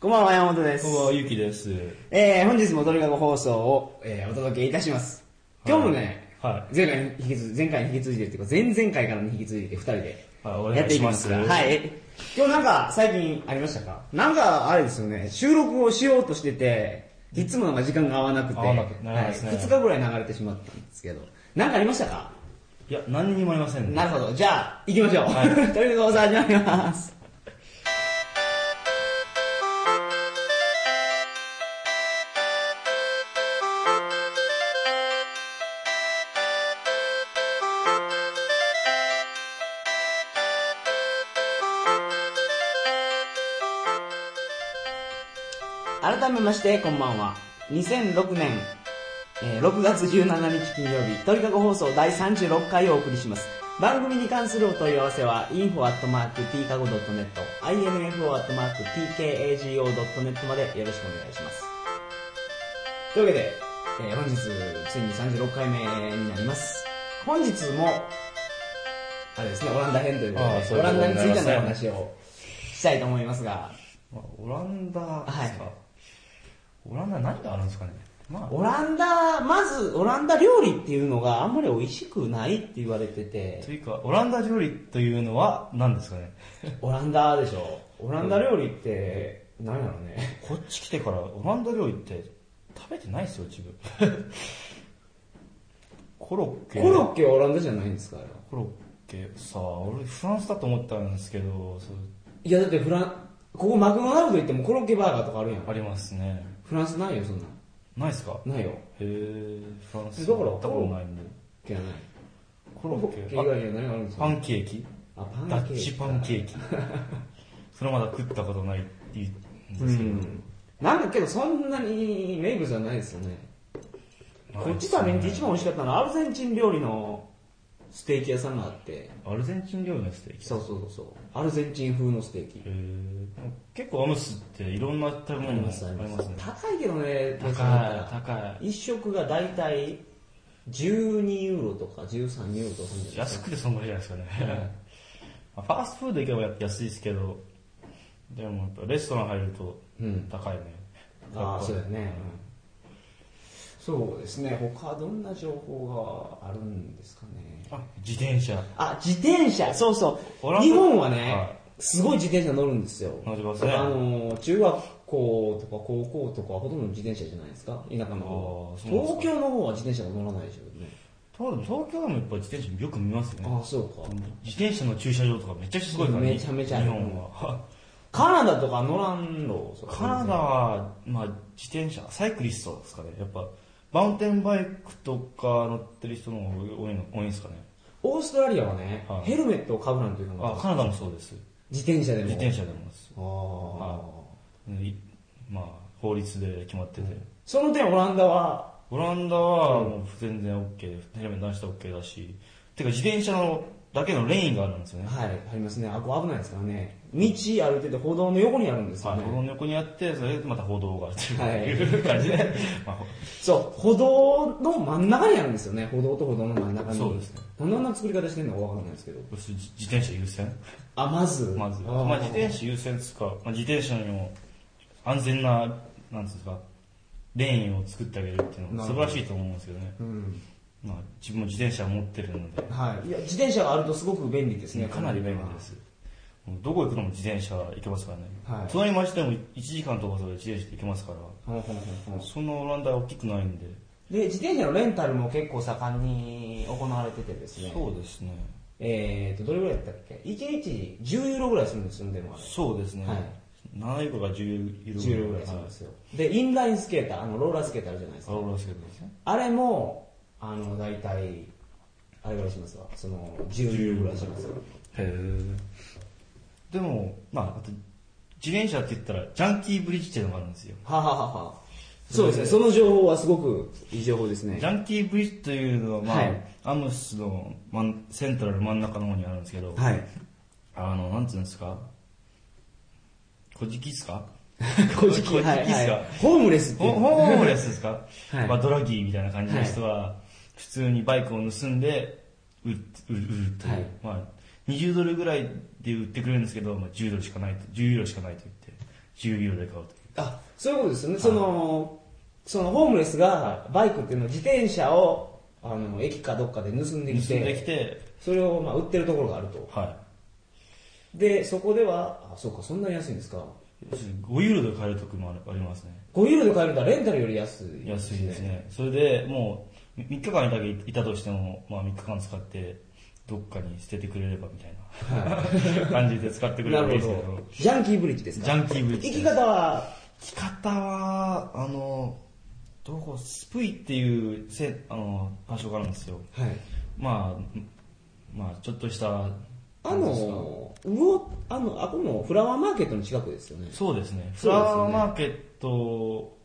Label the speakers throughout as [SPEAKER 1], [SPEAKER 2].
[SPEAKER 1] こんばんは、山本です。
[SPEAKER 2] こんばんは、ゆうきです。
[SPEAKER 1] えー、本日もとにかく放送を、えー、お届けいたします。今日もね、
[SPEAKER 2] は
[SPEAKER 1] 前回に引き続い前回に引き続いてっていうか、前々回からに引き続いて二人で
[SPEAKER 2] はいお願い
[SPEAKER 1] やっていきますが、
[SPEAKER 2] します
[SPEAKER 1] はい。え今日なんか最近ありましたかなんかあれですよね、収録をしようとしてて、いつもなんか時間が合わなくて、
[SPEAKER 2] 合わなくて
[SPEAKER 1] は、
[SPEAKER 2] ないりますね
[SPEAKER 1] 2日ぐらい流れてしまったんですけど、なんかありましたか
[SPEAKER 2] い。いや、何にもありませんね。
[SPEAKER 1] なるほど。じゃあ、行きましょう。
[SPEAKER 2] はい
[SPEAKER 1] とにかく放送始まります。改めまして、こんばんは。2006年、えー6月17日金曜日、とにかく放送第36回をお送りします。番組に関するお問い合わせは、info.tkago.net、info.tkago.net までよろしくお願いします。というわけで、えー本日、ついに36回目になります。本日も、あれですね、オランダ編ということ
[SPEAKER 2] ああ
[SPEAKER 1] で、
[SPEAKER 2] そう
[SPEAKER 1] オ
[SPEAKER 2] いう
[SPEAKER 1] ラ
[SPEAKER 2] こと
[SPEAKER 1] ン
[SPEAKER 2] に
[SPEAKER 1] ダ
[SPEAKER 2] なり
[SPEAKER 1] につ
[SPEAKER 2] ま
[SPEAKER 1] いて
[SPEAKER 2] すね
[SPEAKER 1] のお話をしたいと思いますが、
[SPEAKER 2] まあオランダですか、
[SPEAKER 1] はい
[SPEAKER 2] オランダ何があるんですかね。まあ、
[SPEAKER 1] オランダ、まずオランダ料理っていうのがあんまり美味しくないって言われてて
[SPEAKER 2] と、いうか、オランダ料理というのは何ですかね。
[SPEAKER 1] オランダでしょオランダ料理って、何やろね。
[SPEAKER 2] こっち来てからオランダ料理って食べてないですよ、自分。 コロッケ。
[SPEAKER 1] コロッケはオランダじゃないんですかあれは
[SPEAKER 2] コロッケさあ、俺フランスだと思ったんですけど、そう
[SPEAKER 1] いやだってフラン、ここマクドナルド行ってもコロッケバーガーとかあるやん。
[SPEAKER 2] ありますね。
[SPEAKER 1] フランスないよ、そんなん。
[SPEAKER 2] ないですか
[SPEAKER 1] ないよ。
[SPEAKER 2] へえ、フランス
[SPEAKER 1] だから
[SPEAKER 2] 行ったことないんで。
[SPEAKER 1] じゃない。
[SPEAKER 2] コロッケ
[SPEAKER 1] 以。外には何があるんです
[SPEAKER 2] パ
[SPEAKER 1] か
[SPEAKER 2] ンケーキ
[SPEAKER 1] あ、パン
[SPEAKER 2] ダッチパンケ
[SPEAKER 1] ー
[SPEAKER 2] ーキ。それまだ食ったことないっていうん
[SPEAKER 1] キ。う
[SPEAKER 2] ですけど。
[SPEAKER 1] ん。なんだけどそんなに名物じゃないですよね。
[SPEAKER 2] ない
[SPEAKER 1] こっち食べに行って一番美味しかったのはアルゼンチン料理のステーキ屋さんがあって、
[SPEAKER 2] アルゼンチン料理のステーキ。
[SPEAKER 1] そうそうそうそう。アルゼンチン風のステーキ
[SPEAKER 2] え。ー結構アムスっていろんな食べ物がありますね。
[SPEAKER 1] 高いけどね、
[SPEAKER 2] 高い、
[SPEAKER 1] 高
[SPEAKER 2] 高い。
[SPEAKER 1] い。一食が大体12ユーロとか13ユーロとかするんじゃないです
[SPEAKER 2] 安くてそんぐらいじゃないですかね。 まあファーストフード行けばや安いですけど、でもやっぱレストラン入ると
[SPEAKER 1] うん
[SPEAKER 2] 高いね。
[SPEAKER 1] か。ああ、そうだよね。
[SPEAKER 2] うん
[SPEAKER 1] そうですね、他どんな情報があるんですかね。
[SPEAKER 2] あ、自転車。
[SPEAKER 1] あ、自転車、そうそ
[SPEAKER 2] オラン
[SPEAKER 1] う。
[SPEAKER 2] ダ
[SPEAKER 1] 日本はね、
[SPEAKER 2] は
[SPEAKER 1] すごい自転車乗るんですよ。
[SPEAKER 2] 乗りますね
[SPEAKER 1] あの、中学校とか高校とかはほとんど自転車じゃないですか、田舎の方
[SPEAKER 2] あーそうな
[SPEAKER 1] 東
[SPEAKER 2] んですか
[SPEAKER 1] 京の方は自転車が乗らないでしょうね。
[SPEAKER 2] ただでも東京でもやっぱ自転車よく見ますよ
[SPEAKER 1] あ
[SPEAKER 2] ね。
[SPEAKER 1] あ、そうか。
[SPEAKER 2] 自転車の駐車場とかめちゃくちゃすごいからね。
[SPEAKER 1] めちゃめちゃあ
[SPEAKER 2] 日
[SPEAKER 1] る
[SPEAKER 2] 本は。
[SPEAKER 1] カナダとか乗らんろ、それ
[SPEAKER 2] カナダは、まあ、自転車、サイクリストですかね。やっぱ、マウンテンバイクとか乗ってる人の方が多いの多いんですかね。
[SPEAKER 1] オーストラリアはね、
[SPEAKER 2] はい
[SPEAKER 1] ヘルメットをかぶらんというの
[SPEAKER 2] あ、
[SPEAKER 1] が、
[SPEAKER 2] カナダもそうです。
[SPEAKER 1] 自転車でも。
[SPEAKER 2] 自転車でもです。
[SPEAKER 1] あー
[SPEAKER 2] いまあ、法律で決まってて。
[SPEAKER 1] その点オランダは、
[SPEAKER 2] オランダはもう全然 OK で、ヘルメット出して OK だし、てか自転車のだけのレーンがあるんですよね。
[SPEAKER 1] はい、ありますね。あ、ここ危ないですからね。道歩いてて歩道の横にあるんですよ
[SPEAKER 2] はい、
[SPEAKER 1] ね。
[SPEAKER 2] 歩道の横にあって、それでまた歩道があるっていう
[SPEAKER 1] は
[SPEAKER 2] いう感じで、ま
[SPEAKER 1] そう、歩道の真ん中にあるんですよね。歩道と歩道の真ん中
[SPEAKER 2] あ、
[SPEAKER 1] に。
[SPEAKER 2] そうですね。
[SPEAKER 1] なんであんな作り方してんのかわかんないですけど。
[SPEAKER 2] そして自転車優先
[SPEAKER 1] あ、まず。
[SPEAKER 2] まず、
[SPEAKER 1] あー
[SPEAKER 2] まあ、自転車優先ですか、まあ、自転車にも安全な、なんつうんですか、レーンを作ってあげるっていうのは素晴らしいと思うんですけどね。
[SPEAKER 1] うん。
[SPEAKER 2] まあ、自分も自転車持ってるので、
[SPEAKER 1] はい。いや、自転車があるとすごく便利ですね。
[SPEAKER 2] かなり便利で。す。もうどこ行くのも自転車行けますからね。
[SPEAKER 1] はい
[SPEAKER 2] 隣町でも1時間とかそれで自転車で行けますから、
[SPEAKER 1] ほんほんほんほん
[SPEAKER 2] そんなオランダは大きくないんで、
[SPEAKER 1] で、自転車のレンタルも結構盛んに行われててですね。
[SPEAKER 2] そうですね。
[SPEAKER 1] えーと、どれぐらいだったっけ ?1 日10ユーロぐらいするんですよ、でもあれ。
[SPEAKER 2] そうですね。
[SPEAKER 1] はい
[SPEAKER 2] 7ユーロが10ユーロ
[SPEAKER 1] 10ユーロぐらいするんですよ。で、インラインスケーター、あの、ローラースケーターあるじゃないです
[SPEAKER 2] はい
[SPEAKER 1] か。
[SPEAKER 2] あローラースケートですね。
[SPEAKER 1] あれも、あの、大体、あれぐらいしますわ。その、10ユーロぐらいしますわ。
[SPEAKER 2] へえ。でも、まあ、あと、自転車って言ったら、ジャンキーブリッジっていうのがあるんですよ。
[SPEAKER 1] はははは。そうですね、その情報はすごくいい情報ですね
[SPEAKER 2] ジ。ャンキーブリッジというのは、まあ、
[SPEAKER 1] はい
[SPEAKER 2] アムスの真んセントラル真ん中の方にあるんですけど、
[SPEAKER 1] はい。
[SPEAKER 2] あの、なんていうんですか、小じきっすか
[SPEAKER 1] こじき、
[SPEAKER 2] 小じきっすか、
[SPEAKER 1] はい、はい。ホームレスってい
[SPEAKER 2] ホ
[SPEAKER 1] う。
[SPEAKER 2] ホームレスですか、
[SPEAKER 1] はい
[SPEAKER 2] まあ、ドラギーみたいな感じの人は、普通にバイクを盗んで売る、売る、売るという。
[SPEAKER 1] はい
[SPEAKER 2] まあ、20ドルぐらいで売ってくれるんですけど、まあ、10ドルしかないと、10ユーロしかないと言って、 10秒で買うと。
[SPEAKER 1] あ、そういうことですよね。その、そのホームレスがバイクっていうのを自転車を、あの、駅かどっかで盗んでき
[SPEAKER 2] 盗んでき
[SPEAKER 1] て、
[SPEAKER 2] て、
[SPEAKER 1] それをまあ売ってるところがあると。
[SPEAKER 2] は
[SPEAKER 1] で、そこでは、あ、そうか、そんなに安いんですか。
[SPEAKER 2] い。5ユーロで買えるときもあるありますね。
[SPEAKER 1] 5ユーロで買えるんだレンタルより安い、
[SPEAKER 2] 安いです。ね。それでもう、3日間いたけいたとしても、まあ3日間使って、どっかに捨ててくれればみたいな感じで使ってくれ
[SPEAKER 1] な
[SPEAKER 2] ればいい
[SPEAKER 1] る
[SPEAKER 2] ですけ
[SPEAKER 1] ほ
[SPEAKER 2] ど
[SPEAKER 1] ど。、ジャンキーブリッジですか
[SPEAKER 2] ジャンキーブリッジ
[SPEAKER 1] 行き方は、
[SPEAKER 2] 着方は、あの、どこ、スプイっていうせあの場所があるんですよ。
[SPEAKER 1] はい。
[SPEAKER 2] まあ、まあ、ちょっとした、
[SPEAKER 1] あ
[SPEAKER 2] なんですか
[SPEAKER 1] の、魚、あの、あこのフラワーマーケットの近くですよね。
[SPEAKER 2] そうですね。フ
[SPEAKER 1] そうですね
[SPEAKER 2] ラワーマーケット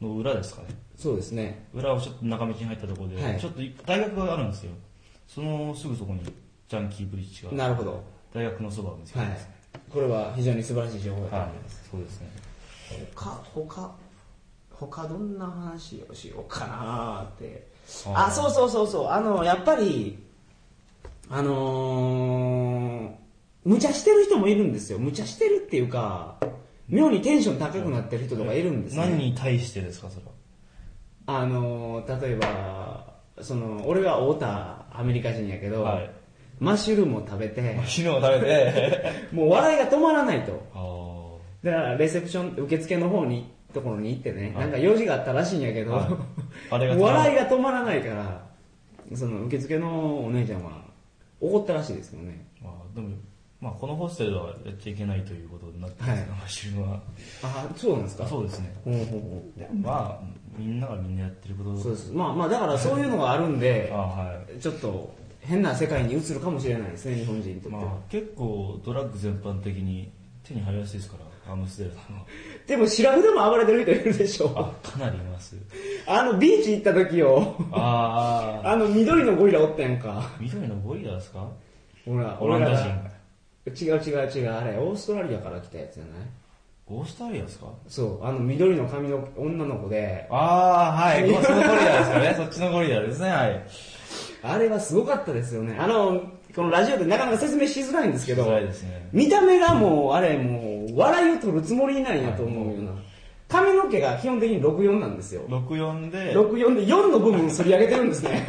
[SPEAKER 2] の裏ですかね。
[SPEAKER 1] そうですね。
[SPEAKER 2] 裏をちょっと中道に入ったところで、
[SPEAKER 1] はい
[SPEAKER 2] ちょっと大学があるんですよ。そのすぐそこにジャンキーブリッジが、
[SPEAKER 1] なるほど。
[SPEAKER 2] 大学のそばを見つけ
[SPEAKER 1] は
[SPEAKER 2] ま
[SPEAKER 1] い
[SPEAKER 2] す。。
[SPEAKER 1] これは非常に素晴らしい情報だと
[SPEAKER 2] は
[SPEAKER 1] 思います。
[SPEAKER 2] い。そうですね。
[SPEAKER 1] 他、他、他どんな話をしようかなーって。
[SPEAKER 2] はい
[SPEAKER 1] あ、そうそうそうそう。あの、やっぱり、あのー、無茶してる人もいるんですよ。無茶してるっていうか、妙にテンション高くなってる人とかいるんですね。
[SPEAKER 2] 何に対してです か、それは。
[SPEAKER 1] あのー例えばその俺は太田アメリカ人やけど、
[SPEAKER 2] はい
[SPEAKER 1] マッシュルームを食べて
[SPEAKER 2] 昨日食べて、
[SPEAKER 1] もう笑いが止まらないと
[SPEAKER 2] あー
[SPEAKER 1] だからレセプション受付の方にところに行ってね、
[SPEAKER 2] は
[SPEAKER 1] な
[SPEAKER 2] い
[SPEAKER 1] んか用事があったらしいんやけど、
[SPEAKER 2] はいあれが止まらない
[SPEAKER 1] 笑いが止まらないからその受付のお姉ちゃんは怒ったらしいですけどね
[SPEAKER 2] まあ、でも、まあ、このホステルではやっちゃいけないということになってますね、
[SPEAKER 1] は
[SPEAKER 2] マシュルは。
[SPEAKER 1] あそうなんですか
[SPEAKER 2] あそうですね。
[SPEAKER 1] ほうほうほう
[SPEAKER 2] まあ、みんながみんなやってること
[SPEAKER 1] そうですまあまあだからそういうのがあるんで
[SPEAKER 2] あは
[SPEAKER 1] ちょっと変な世界に移るかもしれないですね日本人にとって
[SPEAKER 2] い。ま
[SPEAKER 1] は、
[SPEAKER 2] あ、結構ドラッグ全般的に手に入りやすいですから、アムステルダムは。
[SPEAKER 1] でも、白筆も暴れてる人いるでしょ。
[SPEAKER 2] あ、かなりいます。
[SPEAKER 1] あの、ビーチ行った時よ。
[SPEAKER 2] ああ。
[SPEAKER 1] あの、緑のゴリラおったやんか。
[SPEAKER 2] 緑のゴリラですか
[SPEAKER 1] ほら、
[SPEAKER 2] オランダ人。
[SPEAKER 1] 人。違う違う違う、あれ、オーストラリアから来たやつじゃない
[SPEAKER 2] オーストラリアですか
[SPEAKER 1] そう、あの、緑の髪の女の子で、
[SPEAKER 2] ああ、はい。こっちのゴリラですかね。そっちのゴリラですね、はい。
[SPEAKER 1] あれはすごかったですよね。あの、このラジオでなかなか説明しづらいんですけど、
[SPEAKER 2] 辛いですね。
[SPEAKER 1] 見た目がもう、あれ、もう、笑いを取るつもりないやと思うような。髪の毛が基本的に64なんですよ。
[SPEAKER 2] 64で、
[SPEAKER 1] 64で4の部分をすり上げてるんですね。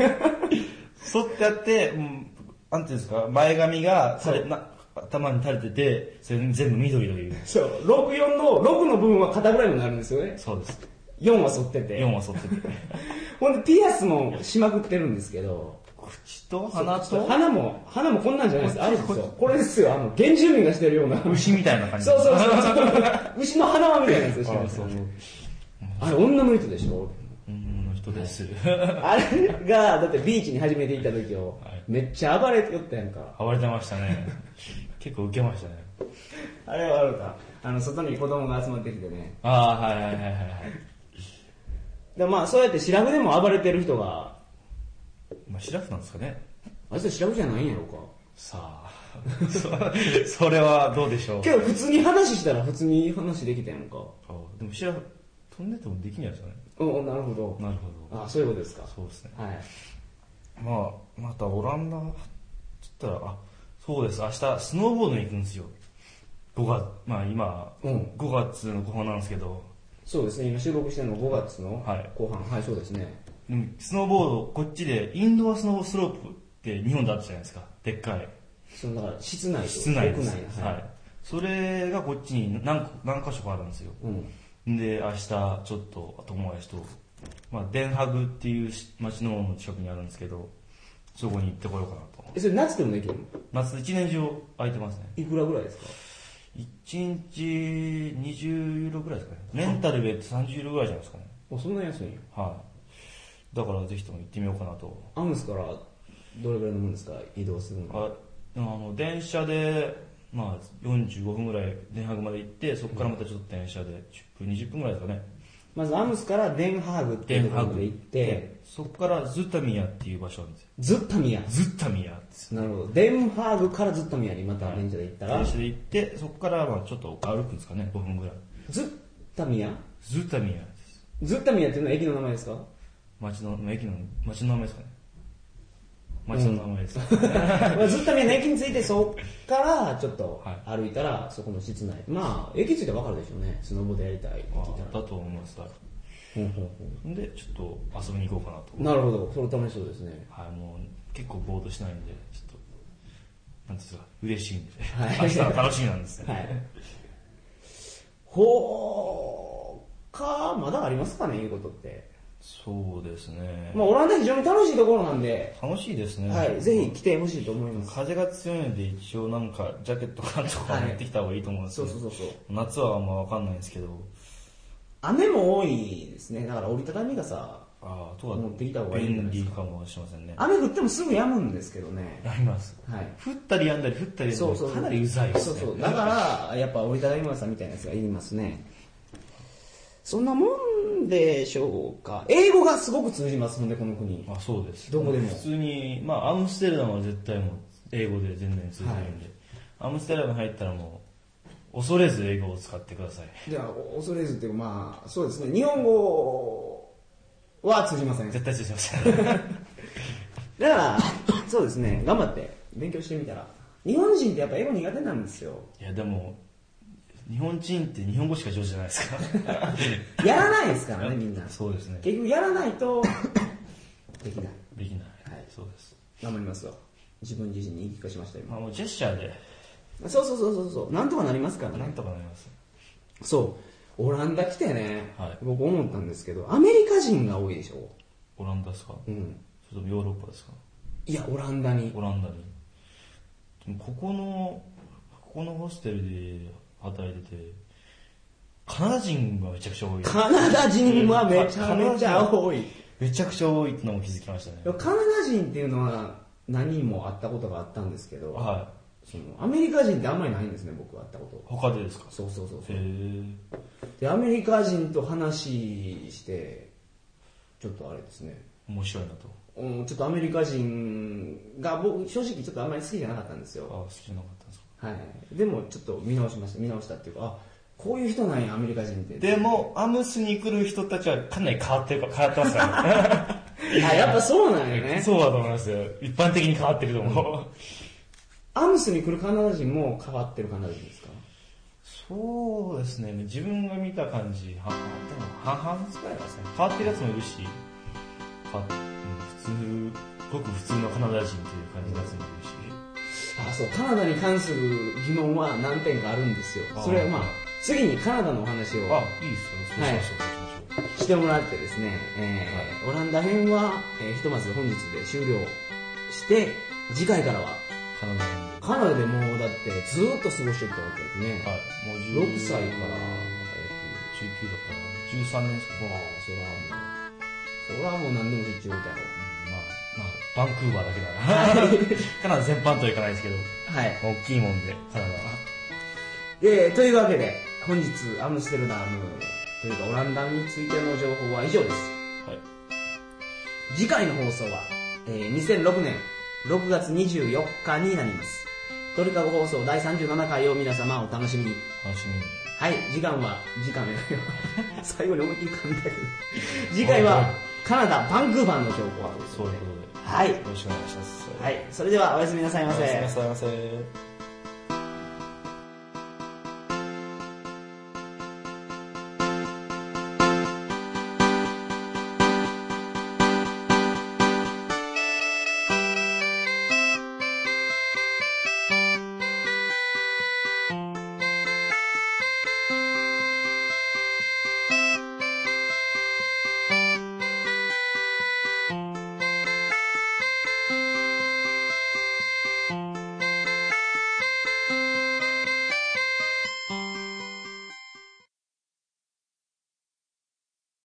[SPEAKER 2] 剃ってあって、うん、なんていうんですか、前髪が垂れ、な頭に垂れてて、それ全部緑という。
[SPEAKER 1] そう、64の、6の部分は肩ぐらいになるんですよね。
[SPEAKER 2] そうです。
[SPEAKER 1] 4は剃ってて。
[SPEAKER 2] 4は剃ってて。
[SPEAKER 1] ほんで、ピアスもしまくってるんですけど、
[SPEAKER 2] 口と鼻と、
[SPEAKER 1] 花も、花もこんなんじゃないです。あるんです
[SPEAKER 2] こ
[SPEAKER 1] よ。これですよ、あの、原住民がしてるような。
[SPEAKER 2] 牛みたいな感じ。
[SPEAKER 1] そうそうそうそう。牛の花輪みたいなやつでしてるん
[SPEAKER 2] あ
[SPEAKER 1] です
[SPEAKER 2] そ
[SPEAKER 1] よ
[SPEAKER 2] う。そう。
[SPEAKER 1] あれ、女の人でしょ
[SPEAKER 2] うん、の人です。
[SPEAKER 1] あれが、だってビーチに初めて行った時を
[SPEAKER 2] はい、
[SPEAKER 1] めっちゃ暴れてよったやんか。
[SPEAKER 2] 暴れてましたね。結構ウケましたね。
[SPEAKER 1] あれはあるか。あの、外に子供が集まってきてね。
[SPEAKER 2] ああ、はいはいはいはいはい。
[SPEAKER 1] でまあ、そうやって白ラでも暴れてる人が、
[SPEAKER 2] まあ、シラフなんですかね。
[SPEAKER 1] あいつ白ラじゃないんやろうか。
[SPEAKER 2] さあ、 そそれはどうでしょう。
[SPEAKER 1] けど普通に話したら普通に話できたやんか。
[SPEAKER 2] あでもシラフ、飛んでてもできないですよね。
[SPEAKER 1] おなるほど。
[SPEAKER 2] なるほど。
[SPEAKER 1] あそういうことですか。
[SPEAKER 2] そうですね。
[SPEAKER 1] はい。
[SPEAKER 2] まあ、またオランダ、つったら、あ、そうです。明日、スノーボードに行くんですよ。5月、まあ今、
[SPEAKER 1] うん
[SPEAKER 2] 5月の後半なんですけど、
[SPEAKER 1] そうですね、今収録してるの5月の
[SPEAKER 2] はい
[SPEAKER 1] 後半。はい、そうですね。
[SPEAKER 2] でもスノーボード、こっちで、インドアスノースロープって日本であったじゃないですか。でっかい。
[SPEAKER 1] そのだから室内と
[SPEAKER 2] 室内です。
[SPEAKER 1] 屋内
[SPEAKER 2] は
[SPEAKER 1] はい
[SPEAKER 2] い、それがこっちに何個何箇所かあるんですよ。
[SPEAKER 1] うん。
[SPEAKER 2] で、明日、ちょっと友達と、まあ、デンハグっていう町の方の近くにあるんですけど、そこに行ってこようかなと。
[SPEAKER 1] え、それ夏でもできるの
[SPEAKER 2] 夏一年中空いてますね。
[SPEAKER 1] いくらぐらいですか
[SPEAKER 2] 1日20ユーロぐらいですかね。レンタルで30ユーロぐらいじゃないですかね。
[SPEAKER 1] あ、そんな安いんや。
[SPEAKER 2] はい。だからぜひとも行ってみようかなと。
[SPEAKER 1] アムスからどれぐらいのもんですか移動するの。
[SPEAKER 2] ああの、電車で、まあ、45分ぐらい、デンハグまで行って、そこからまたちょっと電車で10分、20分ぐらいですかね。
[SPEAKER 1] まずアムスからデンハーグって
[SPEAKER 2] デ
[SPEAKER 1] いうと
[SPEAKER 2] ン
[SPEAKER 1] こ
[SPEAKER 2] ハ
[SPEAKER 1] ろ
[SPEAKER 2] グ
[SPEAKER 1] まで行って、、
[SPEAKER 2] そこからズッタミヤっていう場所なんですよ。
[SPEAKER 1] ズッタミヤ。
[SPEAKER 2] ズッタミヤって。
[SPEAKER 1] なるほど。デンハーグからズッタミヤにまたレンジャーで行ったら、
[SPEAKER 2] 電車で行って、そこからまあちょっと歩くんですかね、5分ぐらい。
[SPEAKER 1] ズッタミヤ
[SPEAKER 2] ズッタミヤです。
[SPEAKER 1] ズッタミヤっていうのは駅の名前ですか
[SPEAKER 2] 町の、駅の、町の名前ですかね。町の名前です。
[SPEAKER 1] まあずっとね、駅に着いて、そっからちょっと
[SPEAKER 2] は
[SPEAKER 1] 歩いたら、そこの室内。まあ、駅着いてわかるでしょうね。スノボでやりたいって
[SPEAKER 2] ま
[SPEAKER 1] 聞い
[SPEAKER 2] あ
[SPEAKER 1] たら。
[SPEAKER 2] だと思います。だ
[SPEAKER 1] ほんほんほ
[SPEAKER 2] んで、ちょっと遊びに行こうかなと。
[SPEAKER 1] んなるほど、それ楽しそうですね。
[SPEAKER 2] はい、もう結構ぼーっとしてないんで、ちょっと、なんていうんですか、嬉しいんで、
[SPEAKER 1] はい
[SPEAKER 2] 明日は楽しみなんですね。
[SPEAKER 1] はい。ほーか、まだありますかね、いうことって。
[SPEAKER 2] そうですね。
[SPEAKER 1] まあ、オランダ非常に楽しいところなんで、
[SPEAKER 2] 楽しいですね。
[SPEAKER 1] はい、ぜひ来てほしいと思います。
[SPEAKER 2] 風が強いので、一応なんか、ジャケットかなんとか
[SPEAKER 1] はい
[SPEAKER 2] 持ってきた方がいいと思うんです
[SPEAKER 1] そう
[SPEAKER 2] よ
[SPEAKER 1] そうそうそう。
[SPEAKER 2] 夏はあんまわかんないんですけど、
[SPEAKER 1] 雨も多いですね。だから折りたたみ傘、
[SPEAKER 2] ああ、とは
[SPEAKER 1] 持ってきた方がいいんじゃな
[SPEAKER 2] 便
[SPEAKER 1] いで
[SPEAKER 2] 利
[SPEAKER 1] す
[SPEAKER 2] かもしれませんね。
[SPEAKER 1] 雨降ってもすぐ止むんですけどね。
[SPEAKER 2] あります。
[SPEAKER 1] はい。
[SPEAKER 2] 降ったりやんだり、降ったりやんだ
[SPEAKER 1] そう
[SPEAKER 2] り、
[SPEAKER 1] そう。
[SPEAKER 2] かなりうざいですね。
[SPEAKER 1] そうそう。だから、やっぱ折りたたみ傘みたいなやつがいりますね。そんなもんでしょうか。英語がすごく通じます、ほんで、この国。
[SPEAKER 2] まあそうです。
[SPEAKER 1] どこでも
[SPEAKER 2] 普通に、まあアムステルダムは絶対もう英語で全然通じないんで、アムステルダム入ったらもう、恐れず英語を使ってください。
[SPEAKER 1] じゃあ、お恐れずっていうか、まあ、そうですね。日本語は通じません。だ
[SPEAKER 2] 絶対通じ ません。
[SPEAKER 1] から、そうですね。頑張って勉強してみたら。日本人ってやっぱ英語苦手なんですよ。
[SPEAKER 2] いやでも、日本人って日本語しか上手じゃな いですか。
[SPEAKER 1] やらないですからね、みんな。
[SPEAKER 2] そうですね。
[SPEAKER 1] 結局やらないと、できない。
[SPEAKER 2] できない。
[SPEAKER 1] はい
[SPEAKER 2] そうです。
[SPEAKER 1] 頑張りますよ。自分自身に言い聞かしました、今
[SPEAKER 2] ま。あもうジェスチャーで、
[SPEAKER 1] そうそうそうそうそう。なんとかなりますから
[SPEAKER 2] なん
[SPEAKER 1] ね。
[SPEAKER 2] とかなります。
[SPEAKER 1] そう。オランダ来てね、
[SPEAKER 2] はい
[SPEAKER 1] 僕思ったんですけど、アメリカ人が多いでしょ。
[SPEAKER 2] オランダですか
[SPEAKER 1] うん。
[SPEAKER 2] それともヨーロッパですか
[SPEAKER 1] いや、オランダに。
[SPEAKER 2] オランダに。でもここの、ここのホステルで働いてて、カナダ人がめちゃくちゃ多い。
[SPEAKER 1] カナダ人はめちゃめちゃ多い。
[SPEAKER 2] めちゃくちゃ多いってのも気づきましたね。
[SPEAKER 1] カナダ人っていうのは何人も会ったことがあったんですけど、
[SPEAKER 2] はい。
[SPEAKER 1] そのアメリカ人ってあんまりないんですね、僕は会ったこと。
[SPEAKER 2] 他でですか
[SPEAKER 1] そうそうそう
[SPEAKER 2] へ
[SPEAKER 1] そう。
[SPEAKER 2] え。
[SPEAKER 1] で、アメリカ人と話して、ちょっとあれですね。
[SPEAKER 2] 面白いなと。
[SPEAKER 1] うん、ちょっとアメリカ人が僕正直ちょっとあんまり好きじゃなかったんです
[SPEAKER 2] あ
[SPEAKER 1] よ。
[SPEAKER 2] 好きじゃなかったんですか
[SPEAKER 1] はい、でもちょっと見直しました見直したっていうかあこういう人なんやアメリカ人って
[SPEAKER 2] でも、アムスに来る人たちはかなり変わってるか、変わってますか
[SPEAKER 1] あやっぱそうなんよ
[SPEAKER 2] らね。
[SPEAKER 1] ね
[SPEAKER 2] そうだと思いますよ。一般的に変わってると思う。
[SPEAKER 1] アムスに来るカナダ人も変わってるカナダ人ですか
[SPEAKER 2] そうですね。自分が見た感じ、はでも半々くらいですね。変わってるやつもいるし、変わっうん、普通、ごく普通のカナダ人という感じのやつもいるし。
[SPEAKER 1] あそうカナダに関する疑問は何点かあるんですよ
[SPEAKER 2] あー
[SPEAKER 1] それはまあ次にカナダのお話を
[SPEAKER 2] あ、いいですよ。そうしましょう、そうし
[SPEAKER 1] しても
[SPEAKER 2] ましょう。
[SPEAKER 1] らってですね、えーオランダ編は、えーひとまず本日で終了して次回からは
[SPEAKER 2] カナダ
[SPEAKER 1] カ
[SPEAKER 2] 人で。
[SPEAKER 1] ナダでもうだってずーっと過ごしてたわけですね、
[SPEAKER 2] はい。もう
[SPEAKER 1] 6
[SPEAKER 2] 10
[SPEAKER 1] 歳から、えー
[SPEAKER 2] 19だから、13年です
[SPEAKER 1] ま
[SPEAKER 2] か
[SPEAKER 1] あ、そらもう、そらもう何でも必要だよ。
[SPEAKER 2] うんまあ、まあ、バンクーバーだ けだな。カナダ全般とはいかないですけど、
[SPEAKER 1] はい。
[SPEAKER 2] 大きいもんで、カナダは。
[SPEAKER 1] えー、というわけで、本日、アムステルダムというかオランダについての情報は以上です。
[SPEAKER 2] はい。
[SPEAKER 1] 次回の放送は、えー2006年6月24日になります。トリカゴ放送第37回を皆様お楽しみに。
[SPEAKER 2] 楽しみに。
[SPEAKER 1] はい、時間は、時間ね。 最後に思いっきり噛んだけど。次回は、カナダ、バンクーバーの情報というこ
[SPEAKER 2] そう
[SPEAKER 1] と
[SPEAKER 2] いう
[SPEAKER 1] で
[SPEAKER 2] ことで、よ
[SPEAKER 1] はい。
[SPEAKER 2] ろしくお願いします。
[SPEAKER 1] はい。それでは、おやすみなさいま
[SPEAKER 2] おやすみ
[SPEAKER 1] せ
[SPEAKER 2] な。さいませ。